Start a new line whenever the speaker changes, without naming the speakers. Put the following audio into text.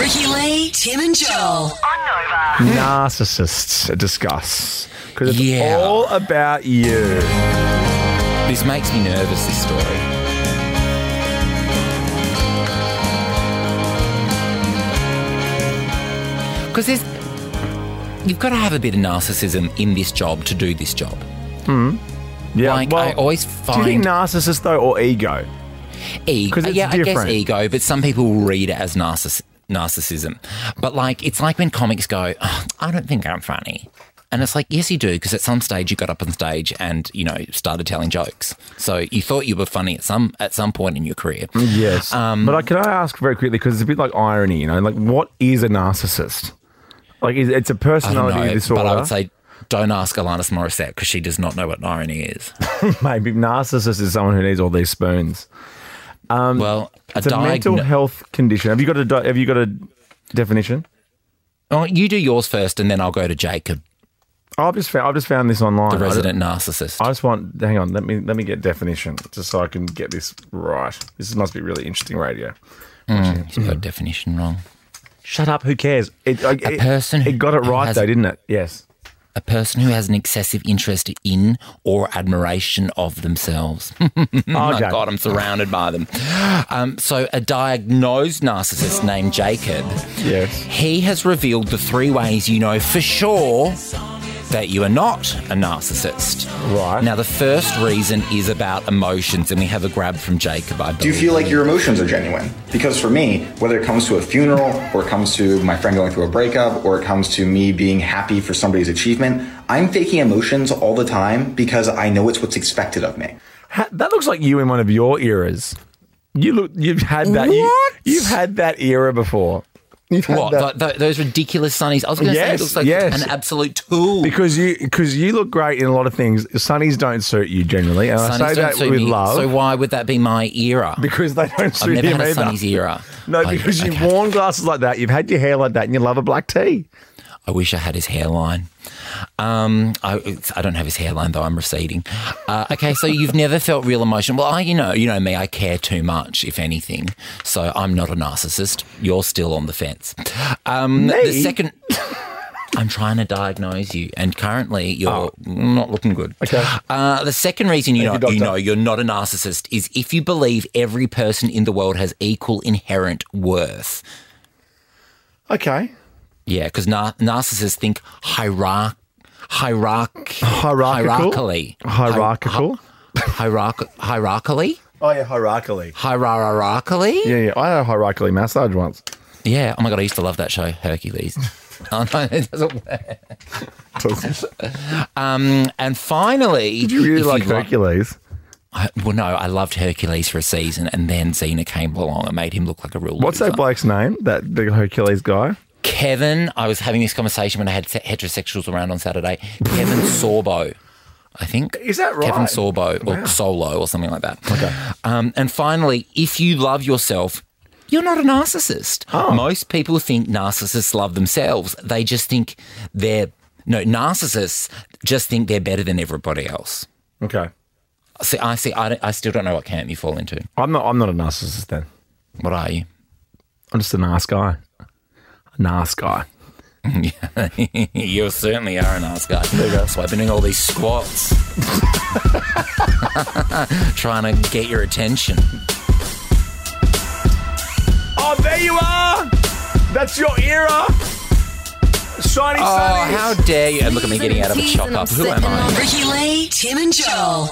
Jackie, Tim, and Joel.
Narcissists discuss because it's
Yeah.
all about you.
This makes me nervous, this story. Because there's. You've got to have a bit of narcissism in this job to do this job.
Yeah,
Like, I always
Do you
find-
think narcissist though or ego?
Ego.
'Cause it's
yeah, I
different.
guess ego, but some people will read it as narciss- narcissism. But like, it's like when comics go, "Oh, I don't think I'm funny. And it's like, yes, you do, because at some stage you got up on stage and you know started telling jokes. So you thought you were funny at some at some point in your career.
Yes. Um,
Um,
but I, can I ask very quickly because it's a bit like irony, you know? Like, what is a narcissist? Like, is, it's a
I don't
personality
know,
disorder.
but I would say don't ask Alanis Morissette because she does not know what irony is.
maybe narcissist is someone who needs all these spoons.
well, a
Um, It's a mental
diagno-
health condition. Have you got a di- Have you got a definition?
Oh, you do yours first, and then I'll go to Jacob,
I've just found, I've just found this online.
the
I just-
resident narcissist.
I just want. Hang on. Let me let me get definition just so I can get this right. This must be really interesting radio.
She's got a definition wrong.
Shut up. Who cares? It, I, it,
person who
It got it right
has-
though, didn't it? Yes.
A person who has an excessive interest in or admiration of themselves. Oh my
Okay.
God, I'm surrounded by them. Um, so, a diagnosed narcissist named Jacob.
Yes.
He has revealed the three ways you know for sure that you are not a narcissist.
Right.
Now, the first reason is about emotions, and we have a grab from Jacob, I believe.
Do you feel like your emotions are genuine? Because for me, whether it comes to a funeral or it comes to my friend going through a breakup or it comes to me being happy for somebody's achievement, I'm faking emotions all the time because I know it's what's expected of me.
Ha- that looks like you in one of your eras. You look. You've had that.
What?
You, have had that era before. You've had
what?
that-
Th- th- those ridiculous sunnies. I was going to say
Yes,
it looks like
yes.
an absolute tool.
because you because you look great in a lot of things. Sunnies don't suit you generally, and
Sunnies
I say
don't
that
suit
with
me,
love
So why would that be my era?
because they don't
I've
suit
never
you
had a
either.
sunnies era.
No,
I-
because you've
okay.
worn glasses like that, you've had your hair like that, and you love a black tea.
I wish I had his hairline. Um, I, it's- I don't have his hairline though. I'm receding. Uh, okay, so you've never felt real emotion. Well, I, you know, you know me. I care too much, if anything. So I'm not a narcissist. You're still on the fence. Um, The
Me?
second. I'm trying to diagnose you, and currently you're not looking good.
Oh. Okay.
Uh, the second reason you
Thank
know
you,
you
doctor.
know you're not a narcissist is if you believe every person in the world has equal inherent worth.
Okay,
Yeah, because nar- narcissists think hierarch, hierarch,
Hierarchical?
hierarchically,
hierarchical.
hierarch, hierarchically,
Oh yeah, hierarchically.
hierarchically. Yeah.
Yeah, yeah. I had a hierarchically massage once.
Oh my god, I used to love that show, Hercules. oh no, it doesn't work. Um, and finally,
Did you really
if
like
li-
Hercules?
I- well, no, I loved Hercules for a season, and then Xena came along and made him look like a real.
What's
loser.
that bloke's name? That big Hercules guy.
Kevin, I was having this conversation when I had se- heterosexuals around on Saturday. Kevin Sorbo, I think.
Is that
Kevin
right?
Sorbo or Solo or something like that. Okay. Um, and finally, if you love yourself, you're not a narcissist.
Oh.
Most people think narcissists love themselves. They just think they're, no, narcissists just think they're better than everybody else.
Okay,
See, I see, I, don't- I still don't know what camp you fall into.
I'm not. I'm not a narcissist then.
What are you?
I'm just a nice guy. A nice guy.
you certainly are an ass guy. So I've been doing all these squats, trying to get your attention.
Oh, there you are. That's your era. Shiny
Oh, how dare you! And look at me getting out of a chop up. Who am I?
Ricky Lay, Tim, and Joel.